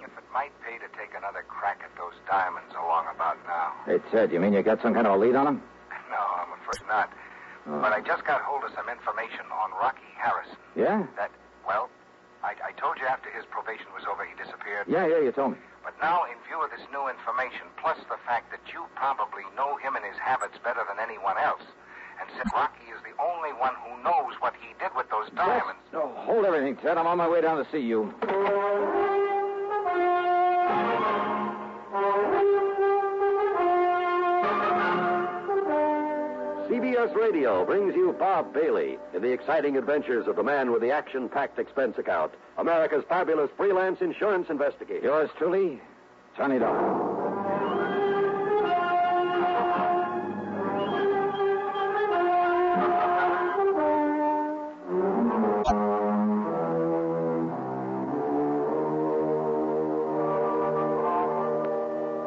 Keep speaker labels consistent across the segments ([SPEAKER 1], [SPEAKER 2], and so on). [SPEAKER 1] If it might pay to take another crack at those diamonds along about now.
[SPEAKER 2] Hey, Ted, you mean you got some kind of a lead on him?
[SPEAKER 1] No, I'm afraid not. But I just got hold of some information on Rocky Harrison.
[SPEAKER 2] Yeah?
[SPEAKER 1] That, well, I, I told you after his probation was over, he disappeared.
[SPEAKER 2] Yeah, yeah, you told me.
[SPEAKER 1] But now, in view of this new information, plus the fact that you probably know him and his habits better than anyone else, and since Rocky is the only one who knows what he did with those diamonds.
[SPEAKER 2] No, hold everything, Ted. I'm on my way down to see you.
[SPEAKER 3] CBS Radio brings you Bob Bailey in the exciting adventures of the man with the action packed expense account, America's fabulous freelance insurance investigator.
[SPEAKER 2] Yours truly, Johnny Dollar.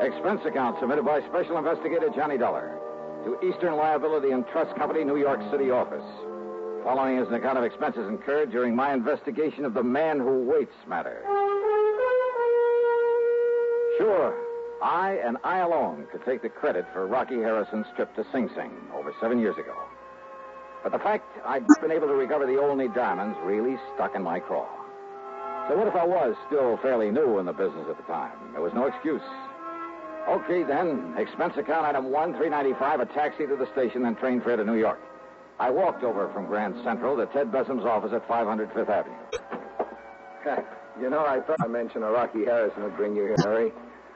[SPEAKER 2] Expense account submitted by Special Investigator Johnny Dollar to Eastern Liability and Trust Company, New York City office. Following is an account of expenses incurred during my investigation of the man who waits matter. Sure, I and I alone could take the credit for Rocky Harrison's trip to Sing Sing over seven years ago. But the fact I'd been able to recover the only diamonds really stuck in my craw. So what if I was still fairly new in the business at the time? There was no excuse. Okay, then. Expense account item one, three ninety-five. A taxi to the station and train fare to New York. I walked over from Grand Central to Ted Bessem's office at 500 Fifth Avenue.
[SPEAKER 3] You know, I thought a mention of Rocky Harrison would bring you here, Murray.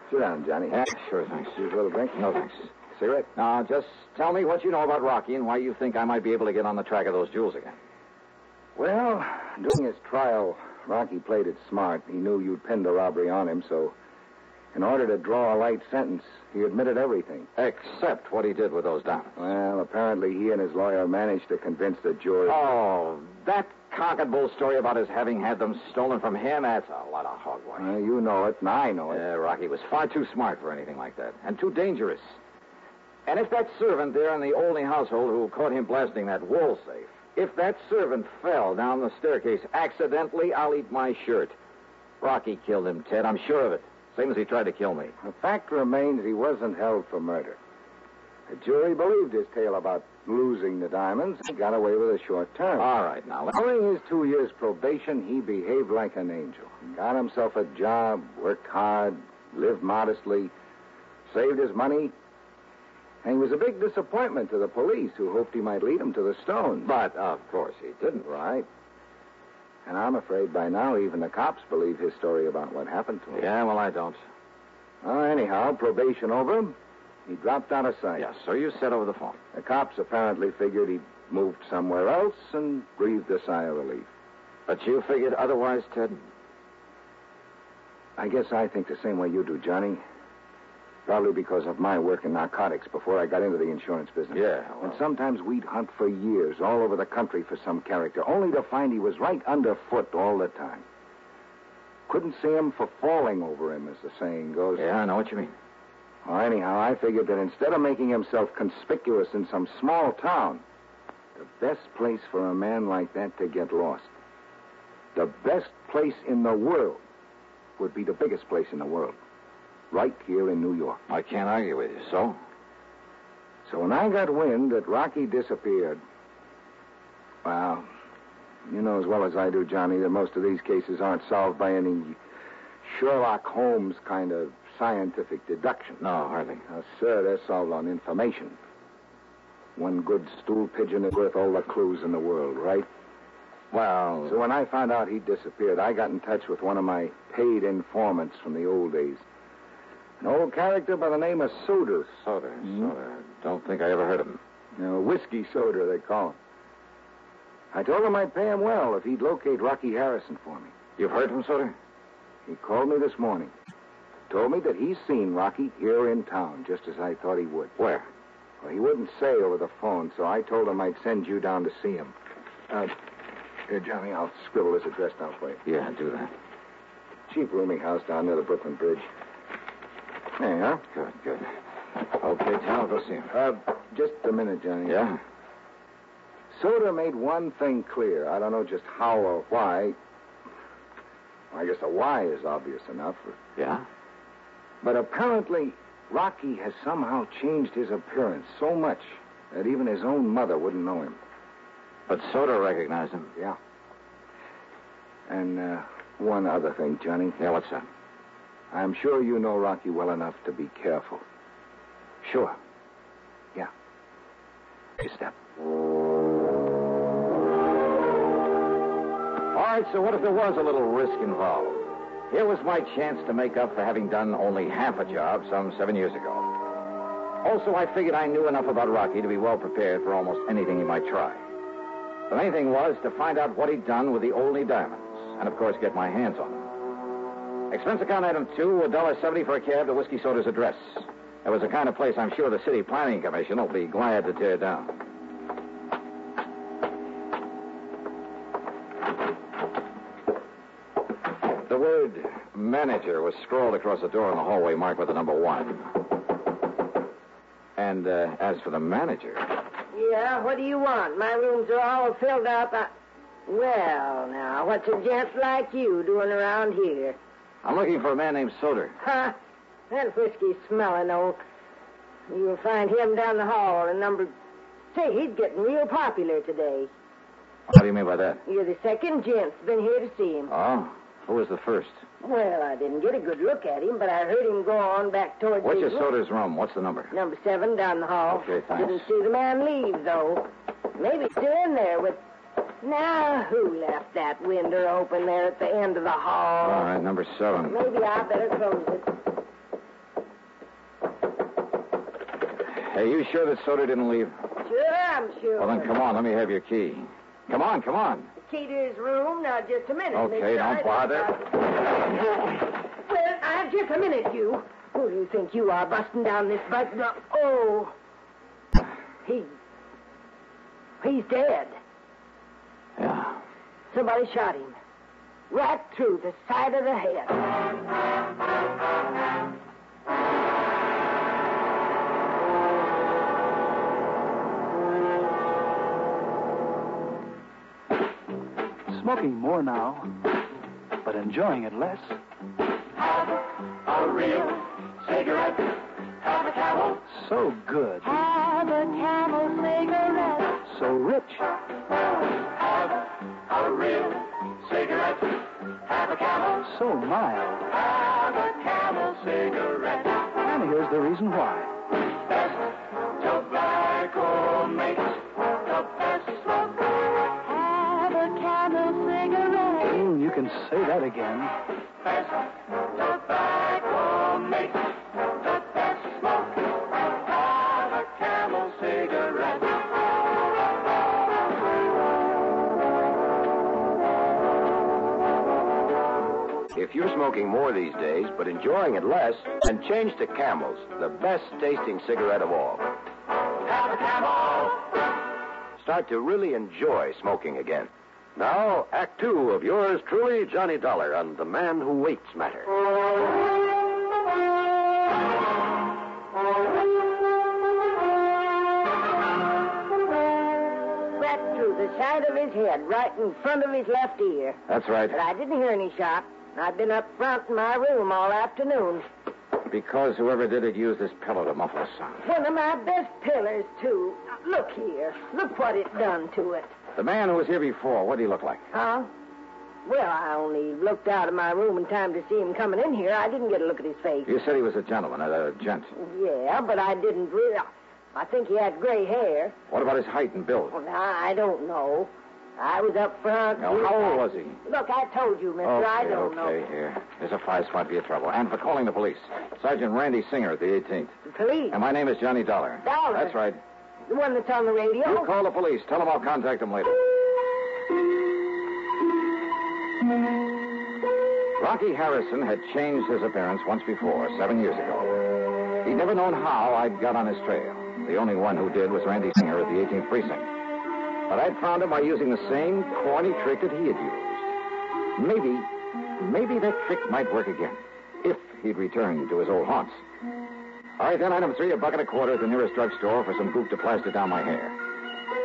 [SPEAKER 3] Sit down, Johnny.
[SPEAKER 2] Yeah, sure, thanks.
[SPEAKER 3] Use a little drink?
[SPEAKER 2] No thanks.
[SPEAKER 3] Cigarette?
[SPEAKER 2] Now, just tell me what you know about Rocky and why you think I might be able to get on the track of those jewels again.
[SPEAKER 3] Well, during his trial, Rocky played it smart. He knew you'd pinned the robbery on him, so in order to draw a light sentence, he admitted everything.
[SPEAKER 2] Except what he did with those diamonds.
[SPEAKER 3] Well, apparently he and his lawyer managed to convince the jury.
[SPEAKER 2] Oh, that cock and bull story about his having had them stolen from him, that's a lot of hogwash.
[SPEAKER 3] Well, you know it, and I know it.
[SPEAKER 2] Yeah, Rocky was far too smart for anything like that, and too dangerous. And if that servant there in the Olding household who caught him blasting that wall safe, if that servant fell down the staircase accidentally, I'll eat my shirt. Rocky killed him, Ted. I'm sure of it. Same as he tried to kill me.
[SPEAKER 3] The fact remains he wasn't held for murder. The jury believed his tale about losing the diamonds and got away with a short term.
[SPEAKER 2] All right, now. Let's...
[SPEAKER 3] During his two years probation, he behaved like an angel. Got himself a job, worked hard, lived modestly, saved his money. And he was a big disappointment to the police who hoped he might lead them to the stones.
[SPEAKER 2] But of course he didn't.
[SPEAKER 3] Right. And I'm afraid by now even the cops believe his story about what happened to him.
[SPEAKER 2] Yeah, well, I don't.
[SPEAKER 3] Well, anyhow, probation over. He dropped out of sight.
[SPEAKER 2] Yeah, so you said over the phone.
[SPEAKER 3] The cops apparently figured he'd moved somewhere else and breathed a sigh of relief.
[SPEAKER 2] But you figured otherwise, Ted?
[SPEAKER 3] I guess I think the same way you do, Johnny. Probably because of my work in narcotics before I got into the insurance business.
[SPEAKER 2] Yeah, well-
[SPEAKER 3] And sometimes we'd hunt for years all over the country for some character, only to find he was right underfoot all the time. Couldn't see him for falling over him, as the saying goes.
[SPEAKER 2] Yeah, I know what you mean.
[SPEAKER 3] Well, anyhow, I figured that instead of making himself conspicuous in some small town, the best place for a man like that to get lost, the best place in the world, would be the biggest place in the world, right here in New York.
[SPEAKER 2] I can't argue with you. So?
[SPEAKER 3] So when I got wind that Rocky disappeared, well, you know as well as I do, Johnny, that most of these cases aren't solved by any Sherlock Holmes kind of scientific deduction.
[SPEAKER 2] No, hardly.
[SPEAKER 3] Now, sir, they're solved on information. One good stool pigeon is worth all the clues in the world, right?
[SPEAKER 2] Well,
[SPEAKER 3] So when I found out he'd disappeared, I got in touch with one of my paid informants from the old days. An old character by the name of Soda.
[SPEAKER 2] soda, soda. Don't think I ever heard of him.
[SPEAKER 3] You know, whiskey soda, they call him. I told him I'd pay him well if he'd locate Rocky Harrison for me.
[SPEAKER 2] You've heard from Soda?
[SPEAKER 3] He called me this morning. Told me that he's seen Rocky here in town, just as I thought he would.
[SPEAKER 2] Where?
[SPEAKER 3] Well, he wouldn't say over the phone, so I told him I'd send you down to see him. Uh, here, Johnny, I'll scribble his address down for you.
[SPEAKER 2] Yeah, do that.
[SPEAKER 3] Cheap rooming house down near the Brooklyn Bridge. There you are.
[SPEAKER 2] Good, good. Okay, Tom, I'll go see him.
[SPEAKER 3] Uh, just a minute, Johnny.
[SPEAKER 2] Yeah?
[SPEAKER 3] Soda made one thing clear. I don't know just how or why. I guess the why is obvious enough.
[SPEAKER 2] Yeah?
[SPEAKER 3] But apparently, Rocky has somehow changed his appearance so much that even his own mother wouldn't know him.
[SPEAKER 2] But Soda recognized him.
[SPEAKER 3] Yeah. And uh, one other thing, Johnny.
[SPEAKER 2] Yeah, what's that?
[SPEAKER 3] I'm sure you know Rocky well enough to be careful.
[SPEAKER 2] Sure.
[SPEAKER 3] Yeah.
[SPEAKER 2] Hey, step. All right, so what if there was a little risk involved? Here was my chance to make up for having done only half a job some seven years ago. Also, I figured I knew enough about Rocky to be well prepared for almost anything he might try. The main thing was to find out what he'd done with the only diamonds, and of course, get my hands on them. Expense account item two, $1.70 for a cab to Whiskey Soda's address. That was the kind of place I'm sure the City Planning Commission will be glad to tear down. The word manager was scrawled across the door in the hallway marked with the number one. And uh, as for the manager,
[SPEAKER 4] Yeah, what do you want? My rooms are all filled up. I... Well, now, what's a gent like you doing around here?
[SPEAKER 2] I'm looking for a man named Soder.
[SPEAKER 4] Huh? That whiskey smelling old. You'll find him down the hall in number. Say, he's getting real popular today.
[SPEAKER 2] What do you mean by that?
[SPEAKER 4] You're the second gent's been here to see him.
[SPEAKER 2] Oh, who was the first?
[SPEAKER 4] Well, I didn't get a good look at him, but I heard him go on back towards
[SPEAKER 2] What's
[SPEAKER 4] the
[SPEAKER 2] your Soder's room? What's the number?
[SPEAKER 4] number seven down the hall.
[SPEAKER 2] Okay, thanks.
[SPEAKER 4] Didn't see the man leave though. Maybe still in there with. Now who left that window open there at the end of the hall?
[SPEAKER 2] All right, number seven.
[SPEAKER 4] Maybe I better close it.
[SPEAKER 2] Are you sure that Soder didn't leave?
[SPEAKER 4] Sure, I'm sure.
[SPEAKER 2] Well, then come on. Let me have your key. Come on, come on.
[SPEAKER 4] Key to his room. Now just a minute.
[SPEAKER 2] Okay,
[SPEAKER 4] mister.
[SPEAKER 2] don't
[SPEAKER 4] I-
[SPEAKER 2] bother.
[SPEAKER 4] Well, I just a minute, you. Who do you think you are busting down this button? Oh, he. He's dead.
[SPEAKER 2] Yeah.
[SPEAKER 4] Somebody shot him. Right through the side of the head.
[SPEAKER 5] Smoking more now, but enjoying it less.
[SPEAKER 4] A real cigarette. Have a camel.
[SPEAKER 5] So good,
[SPEAKER 4] Have a camel cigarette.
[SPEAKER 5] so rich.
[SPEAKER 4] Have a real cigarette. Have a camel.
[SPEAKER 5] so mild.
[SPEAKER 4] Have a camel cigarette.
[SPEAKER 5] And here's the reason why.
[SPEAKER 4] Best tobacco makes the best smoke. Have a camel cigarette.
[SPEAKER 5] Mm, you can say that again.
[SPEAKER 4] Best tobacco makes the best smoke. Have a camel cigarette.
[SPEAKER 3] If you're smoking more these days, but enjoying it less, then change to Camels, the best tasting cigarette of all. Have a Camel! Start to really enjoy smoking again. Now, Act Two of yours truly, Johnny Dollar, on The Man Who Waits Matter.
[SPEAKER 4] Right through the side of his head, right in front of his left ear.
[SPEAKER 2] That's right.
[SPEAKER 4] But I didn't hear any shot. I've been up front in my room all afternoon.
[SPEAKER 2] Because whoever did it used this pillow to muffle a sound.
[SPEAKER 4] One of my best pillars, too. Look here. Look what it done to it.
[SPEAKER 2] The man who was here before, what did he look like?
[SPEAKER 4] Huh? Well, I only looked out of my room in time to see him coming in here. I didn't get a look at his face.
[SPEAKER 2] You said he was a gentleman, a, a gent.
[SPEAKER 4] Yeah, but I didn't really. I think he had gray hair.
[SPEAKER 2] What about his height and build?
[SPEAKER 4] Well, now, I don't know. I was up front.
[SPEAKER 2] Now, how old was he?
[SPEAKER 4] Look, I told you, mister. I
[SPEAKER 2] okay,
[SPEAKER 4] don't
[SPEAKER 2] okay,
[SPEAKER 4] know.
[SPEAKER 2] here. Here's a prize might be a trouble. And for calling the police. Sergeant Randy Singer at the 18th.
[SPEAKER 4] The police.
[SPEAKER 2] And my name is Johnny Dollar.
[SPEAKER 4] Dollar?
[SPEAKER 2] That's right.
[SPEAKER 4] The one that's on the radio.
[SPEAKER 2] You call the police. Tell them I'll contact them later. Rocky Harrison had changed his appearance once before, seven years ago. He'd never known how I'd got on his trail. The only one who did was Randy Singer at the 18th precinct. But I'd found him by using the same corny trick that he had used. Maybe, maybe that trick might work again, if he'd returned to his old haunts. All right, then, item three, a bucket of quarter at the nearest drugstore for some goop to plaster down my hair.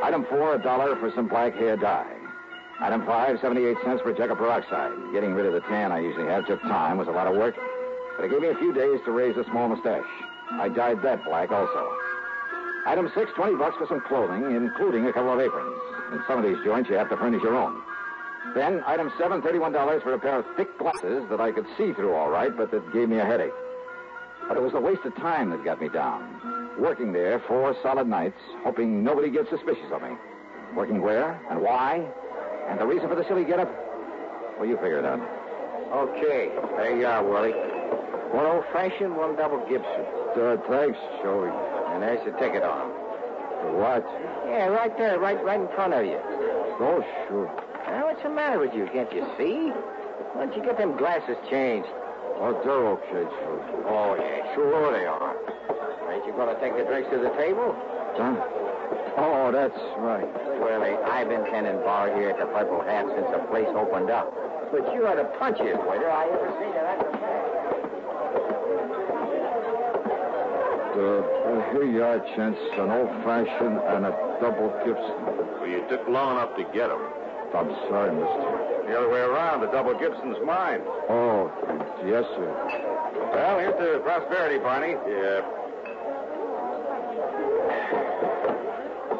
[SPEAKER 2] Item four, a dollar for some black hair dye. Item five, 78 cents for a jug of peroxide. Getting rid of the tan I usually have took time, was a lot of work, but it gave me a few days to raise a small mustache. I dyed that black also. Item six, 20 bucks for some clothing, including a couple of aprons. In some of these joints, you have to furnish your own. Then, item seven, $31 for a pair of thick glasses that I could see through all right, but that gave me a headache. But it was the waste of time that got me down. Working there four solid nights, hoping nobody gets suspicious of me. Working where and why, and the reason for the silly getup? Well, you figure it out.
[SPEAKER 3] Okay. There you are, Willie. One old fashioned, one double Gibson.
[SPEAKER 2] Uh, thanks, Joey.
[SPEAKER 3] And there's the ticket on.
[SPEAKER 2] What?
[SPEAKER 3] Yeah, right there, right right in front of you.
[SPEAKER 2] Oh, sure.
[SPEAKER 3] Now, what's the matter with you? Can't you see? Why don't you get them glasses changed?
[SPEAKER 2] Oh, they're okay, Joey.
[SPEAKER 3] Oh, yeah, sure they are. Ain't you going to take the drinks to the table?
[SPEAKER 2] Huh? Oh, that's right.
[SPEAKER 3] Willie, I've been tending bar here at the Purple Hat since the place opened up. But you are the punchiest waiter I ever seen. and That's a fact.
[SPEAKER 2] Uh, well, here you are, gents. An old-fashioned and a double Gibson.
[SPEAKER 6] Well, you took long enough to get him.
[SPEAKER 2] I'm sorry, mister.
[SPEAKER 6] The other way around, the double Gibson's mine.
[SPEAKER 2] Oh, yes, sir.
[SPEAKER 6] Well, here's the prosperity, Barney. Yeah.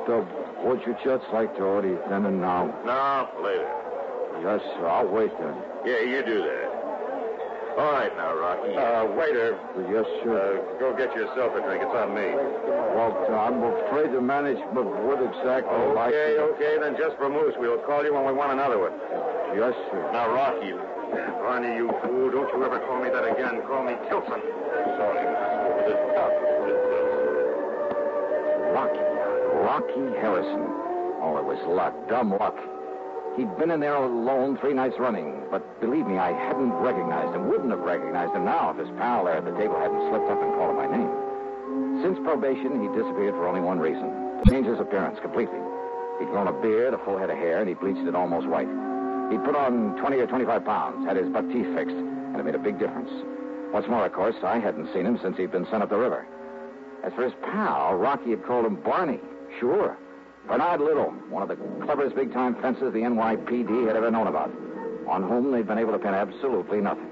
[SPEAKER 2] The, would you just like to order it then and now?
[SPEAKER 6] No, later.
[SPEAKER 2] Yes, sir. I'll wait then.
[SPEAKER 6] Yeah, you do that. All right now, Rocky. Uh, waiter,
[SPEAKER 2] Yes, sir.
[SPEAKER 6] uh, go get yourself a drink. It's on me.
[SPEAKER 2] Well, I'm afraid the management would exactly like
[SPEAKER 6] Okay,
[SPEAKER 2] it.
[SPEAKER 6] okay, then just for Moose. We'll call you when we want another one.
[SPEAKER 2] Yes, sir.
[SPEAKER 6] Now, Rocky. Barney, you fool. Don't you ever call me that again. Call me Tilson. Sorry.
[SPEAKER 2] Rocky. Rocky Harrison. Oh, it was luck, dumb luck. He'd been in there alone three nights running, but believe me, I hadn't recognized him, wouldn't have recognized him now if his pal there at the table hadn't slipped up and called him by name. Since probation, he disappeared for only one reason to change his appearance completely. He'd grown a beard, a full head of hair, and he bleached it almost white. He'd put on 20 or 25 pounds, had his buck teeth fixed, and it made a big difference. What's more, of course, I hadn't seen him since he'd been sent up the river. As for his pal, Rocky had called him Barney. Sure. Bernard Little, one of the cleverest big time fences the NYPD had ever known about, on whom they'd been able to pin absolutely nothing.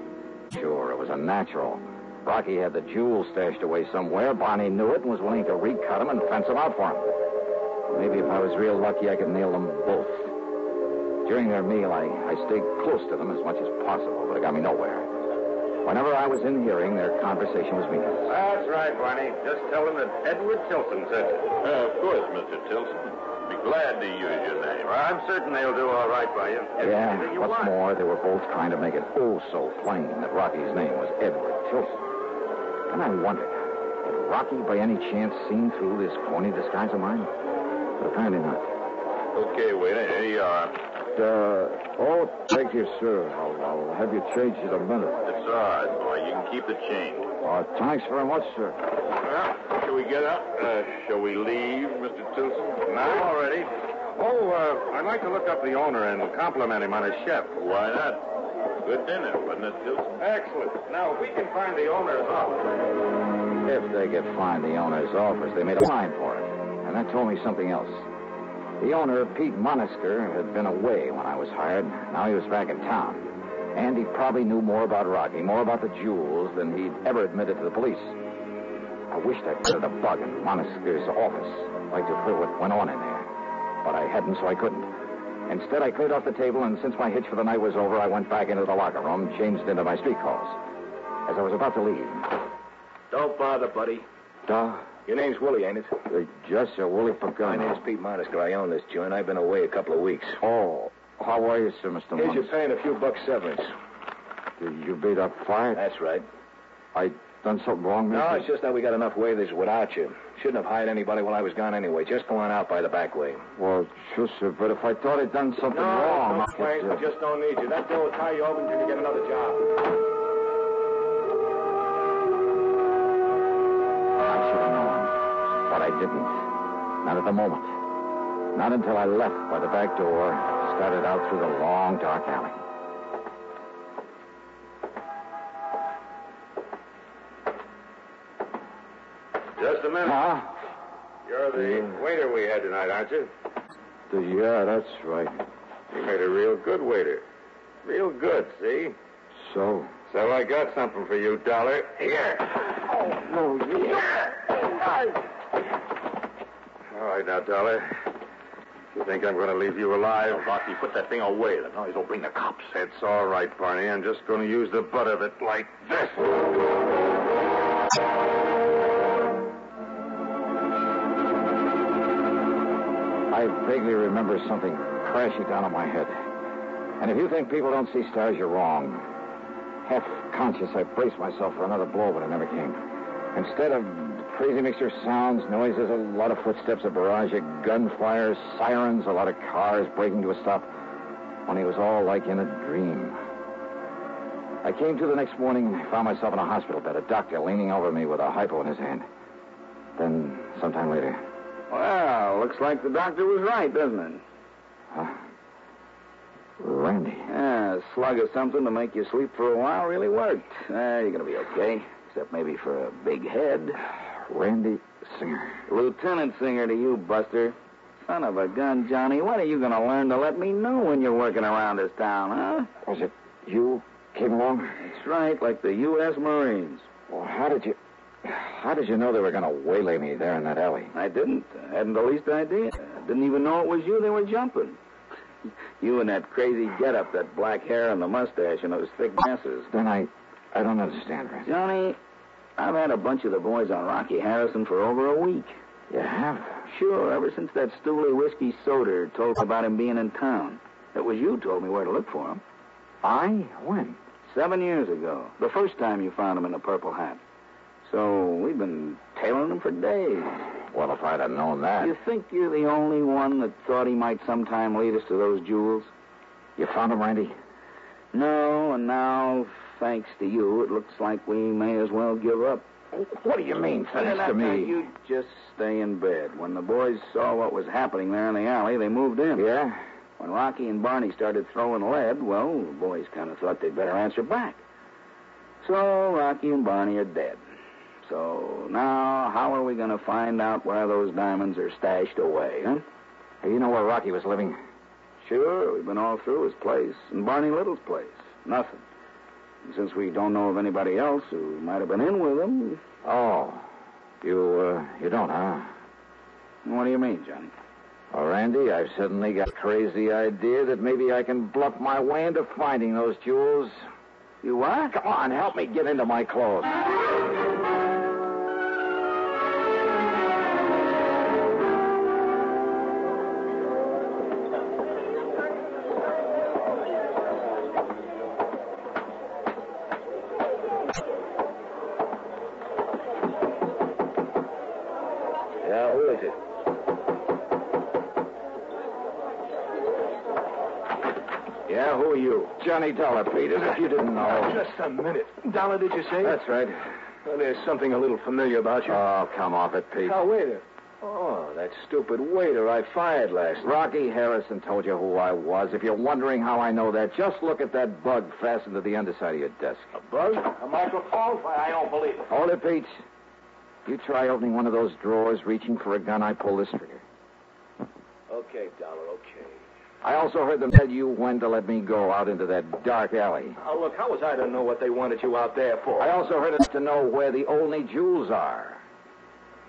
[SPEAKER 2] Sure, it was a natural. Rocky had the jewels stashed away somewhere. Barney knew it and was willing to recut him and fence him out for him. Maybe if I was real lucky, I could nail them both. During their meal, I, I stayed close to them as much as possible, but it got me nowhere. Whenever I was in hearing, their conversation was meaningless.
[SPEAKER 6] That's right, Barney. Just tell them that Edward Tilson said it. of course, Mr. Tilson. Be glad to use your name. Well, I'm certain they'll do all right by you. Give them
[SPEAKER 2] Yeah,
[SPEAKER 6] anything you
[SPEAKER 2] what's
[SPEAKER 6] want.
[SPEAKER 2] more, they were both trying to make it oh so plain that Rocky's name was Edward Tilson. And I wondered, had Rocky by any chance seen through this corny disguise of mine? But apparently not.
[SPEAKER 6] Okay, waiter, here you are.
[SPEAKER 3] uh, oh, thank you, sir. I'll, I'll have you changed in a minute.
[SPEAKER 6] It's all right, boy. You can keep the change.
[SPEAKER 3] Uh, thanks very much, sir.
[SPEAKER 6] Well, shall we get up? Uh, shall we leave, Mr. Tilson? Now already. Oh, uh, I'd like to look up the owner and compliment him on his chef. Why not? Good dinner, wasn't it, Tilson? Excellent. Now, if we can find the owner's office.
[SPEAKER 3] If they could find the owner's office, they made a line for it. And that told me something else. The owner, Pete Monisker, had been away when I was hired. Now he was back in town. And he probably knew more about Rocky, more about the jewels, than he'd ever admitted to the police. I wished I'd put a bug in Monisker's office. Like to hear what went on in there. But I hadn't, so I couldn't. Instead, I cleared off the table, and since my hitch for the night was over, I went back into the locker room, changed into my street calls. As I was about to leave,
[SPEAKER 2] Don't bother, buddy.
[SPEAKER 3] duh,
[SPEAKER 2] Your name's Willie, ain't it?
[SPEAKER 3] the just a woolly forgotten.
[SPEAKER 2] My name's Pete Monasker. I own this joint. I've been away a couple of weeks.
[SPEAKER 3] Oh, how are you, sir, Mr.
[SPEAKER 2] Here's your
[SPEAKER 3] Muntz?
[SPEAKER 2] pay and a few bucks severance.
[SPEAKER 3] Did you beat up fire?
[SPEAKER 2] That's right.
[SPEAKER 3] I done something wrong,
[SPEAKER 2] No,
[SPEAKER 3] mister?
[SPEAKER 2] it's just that we got enough waivers without you. Shouldn't have hired anybody while I was gone anyway. Just go on out by the back way.
[SPEAKER 3] Well, sure, sir, but if I thought I'd done something wrong... I could, uh,
[SPEAKER 2] just don't need you. That door will tie you open until you get another job.
[SPEAKER 3] I should have known, but I didn't. Not at the moment. Not until I left by the back door and started out through the long, dark alley.
[SPEAKER 6] Just a minute.
[SPEAKER 3] Huh?
[SPEAKER 6] You're the waiter we had tonight, aren't you?
[SPEAKER 3] Yeah, that's right.
[SPEAKER 6] You made a real good waiter. Real good, see?
[SPEAKER 3] So...
[SPEAKER 6] So I got something for you, Dollar. Here.
[SPEAKER 3] No, you...
[SPEAKER 6] All right now, Dollar. You think I'm going to leave you alive? Oh, Rocky, put that thing away. The noise will bring the cops. That's all right, Barney. I'm just going to use the butt of it like this.
[SPEAKER 3] I vaguely remember something crashing down on my head. And if you think people don't see stars, you're wrong. Half conscious, I braced myself for another blow, but it never came. Instead of crazy mixture of sounds, noises, a lot of footsteps, a barrage of gunfire, sirens, a lot of cars breaking to a stop, only it was all like in a dream. I came to the next morning and found myself in a hospital bed, a doctor leaning over me with a hypo in his hand. Then, sometime later,
[SPEAKER 2] Well, looks like the doctor was right, doesn't it?
[SPEAKER 3] Randy.
[SPEAKER 2] Yeah, a slug or something to make you sleep for a while really worked. Uh, you're going to be okay, except maybe for a big head.
[SPEAKER 3] Randy Singer.
[SPEAKER 2] Lieutenant Singer to you, Buster. Son of a gun, Johnny. When are you going to learn to let me know when you're working around this town, huh?
[SPEAKER 3] Was it you came along?
[SPEAKER 2] That's right, like the U.S. Marines.
[SPEAKER 3] Well, how did you. How did you know they were going to waylay me there in that alley?
[SPEAKER 2] I didn't. I hadn't the least idea. I didn't even know it was you they were jumping. You and that crazy getup, that black hair and the mustache and those thick glasses.
[SPEAKER 3] Then I. I don't understand, Randy.
[SPEAKER 2] Johnny, I've had a bunch of the boys on Rocky Harrison for over a week.
[SPEAKER 3] You have?
[SPEAKER 2] Sure, ever since that Stooley whiskey soda told me about him being in town. It was you told me where to look for him.
[SPEAKER 3] I? When?
[SPEAKER 2] Seven years ago. The first time you found him in the purple hat. So we've been tailing him for days.
[SPEAKER 3] Well, if I'd have known that.
[SPEAKER 2] You think you're the only one that thought he might sometime lead us to those jewels?
[SPEAKER 3] You found him, Randy?
[SPEAKER 2] No, and now, thanks to you, it looks like we may as well give up.
[SPEAKER 3] What do you mean, thanks
[SPEAKER 2] Now,
[SPEAKER 3] to
[SPEAKER 2] now,
[SPEAKER 3] me?
[SPEAKER 2] You just stay in bed. When the boys saw what was happening there in the alley, they moved in.
[SPEAKER 3] Yeah?
[SPEAKER 2] When Rocky and Barney started throwing lead, well, the boys kind of thought they'd better answer back. So Rocky and Barney are dead. So now, how are we going to find out where those diamonds are stashed away, huh?
[SPEAKER 3] Hey, you know where Rocky was living?
[SPEAKER 2] Sure, we've been all through his place and Barney Little's place. Nothing. And since we don't know of anybody else who might have been in with him,
[SPEAKER 3] Oh. You, uh, you don't, huh?
[SPEAKER 2] what do you mean, Johnny?
[SPEAKER 3] Well, Randy, I've suddenly got a crazy idea that maybe I can bluff my way into finding those jewels.
[SPEAKER 2] You what?
[SPEAKER 3] Come on, help me get into my clothes.
[SPEAKER 2] Yeah, who is it? Johnny Dollar, Peters, if you didn't know.
[SPEAKER 3] Just a minute. Dollar, did you say?
[SPEAKER 2] That's right.
[SPEAKER 3] Well, there's something a little familiar about you.
[SPEAKER 2] Oh, come off it, Pete.
[SPEAKER 3] Now, wait a... Oh, that stupid waiter I fired last night.
[SPEAKER 2] Rocky Harrison told you who I was. If you're wondering how I know that, just look at that bug fastened to the underside of your desk.
[SPEAKER 3] Buzz? A microphone? Why, I don't believe it.
[SPEAKER 2] Hold it, Pete. You try opening one of those drawers, reaching for a gun, I pull this trigger.
[SPEAKER 3] Okay, Dollar, okay.
[SPEAKER 2] I also heard them tell you when to let me go out into that dark alley.
[SPEAKER 3] Now, Oh, look, how was I to know what they wanted you out there for?
[SPEAKER 2] I also heard enough to know where the only jewels are.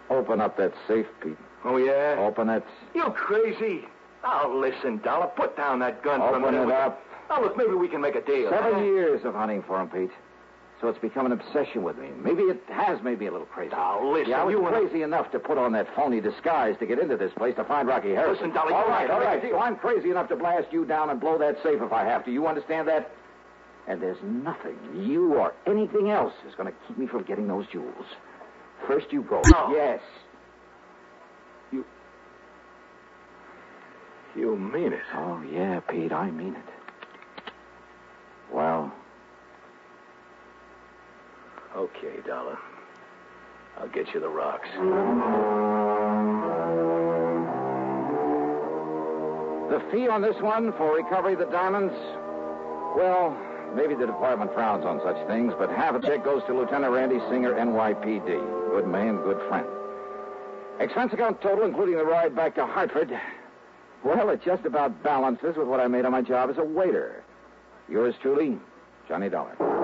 [SPEAKER 2] Open up that safe, Pete.
[SPEAKER 3] Oh, yeah?
[SPEAKER 2] Open it.
[SPEAKER 3] You crazy? Now, listen, Dollar, put down that gun for a
[SPEAKER 2] Open
[SPEAKER 3] minute.
[SPEAKER 2] it up.
[SPEAKER 3] Now, look, maybe we can make a deal.
[SPEAKER 2] Seven years of hunting for him, Pete. So it's become an obsession with me. Maybe it has made me a little crazy.
[SPEAKER 3] Now, listen,
[SPEAKER 2] Yeah, I was
[SPEAKER 3] you and-
[SPEAKER 2] crazy enough to put on that phony disguise to get into this place to find Rocky Harrison.
[SPEAKER 3] Listen, Dolly,
[SPEAKER 2] all
[SPEAKER 3] you
[SPEAKER 2] right,
[SPEAKER 3] and I
[SPEAKER 2] all
[SPEAKER 3] can
[SPEAKER 2] right.
[SPEAKER 3] make a
[SPEAKER 2] See, I'm crazy enough to blast you down and blow that safe if I have to. You understand that? And there's nothing you or anything else is going to keep me from getting those jewels. First you go.
[SPEAKER 3] No.
[SPEAKER 2] Yes.
[SPEAKER 3] You mean it.
[SPEAKER 2] Oh, yeah, Pete, I mean it. Well,
[SPEAKER 3] Okay, Dollar. I'll get you the rocks.
[SPEAKER 2] Hmm. The fee on this one for recovery of the diamonds? Well, maybe the department frowns on such things, but half a check goes to Lieutenant Randy Singer, NYPD. Good man, good friend. Expense account total, including the ride back to Hartford. Well, it just about balances with what I made on my job as a waiter. Yours truly, Johnny Dollar.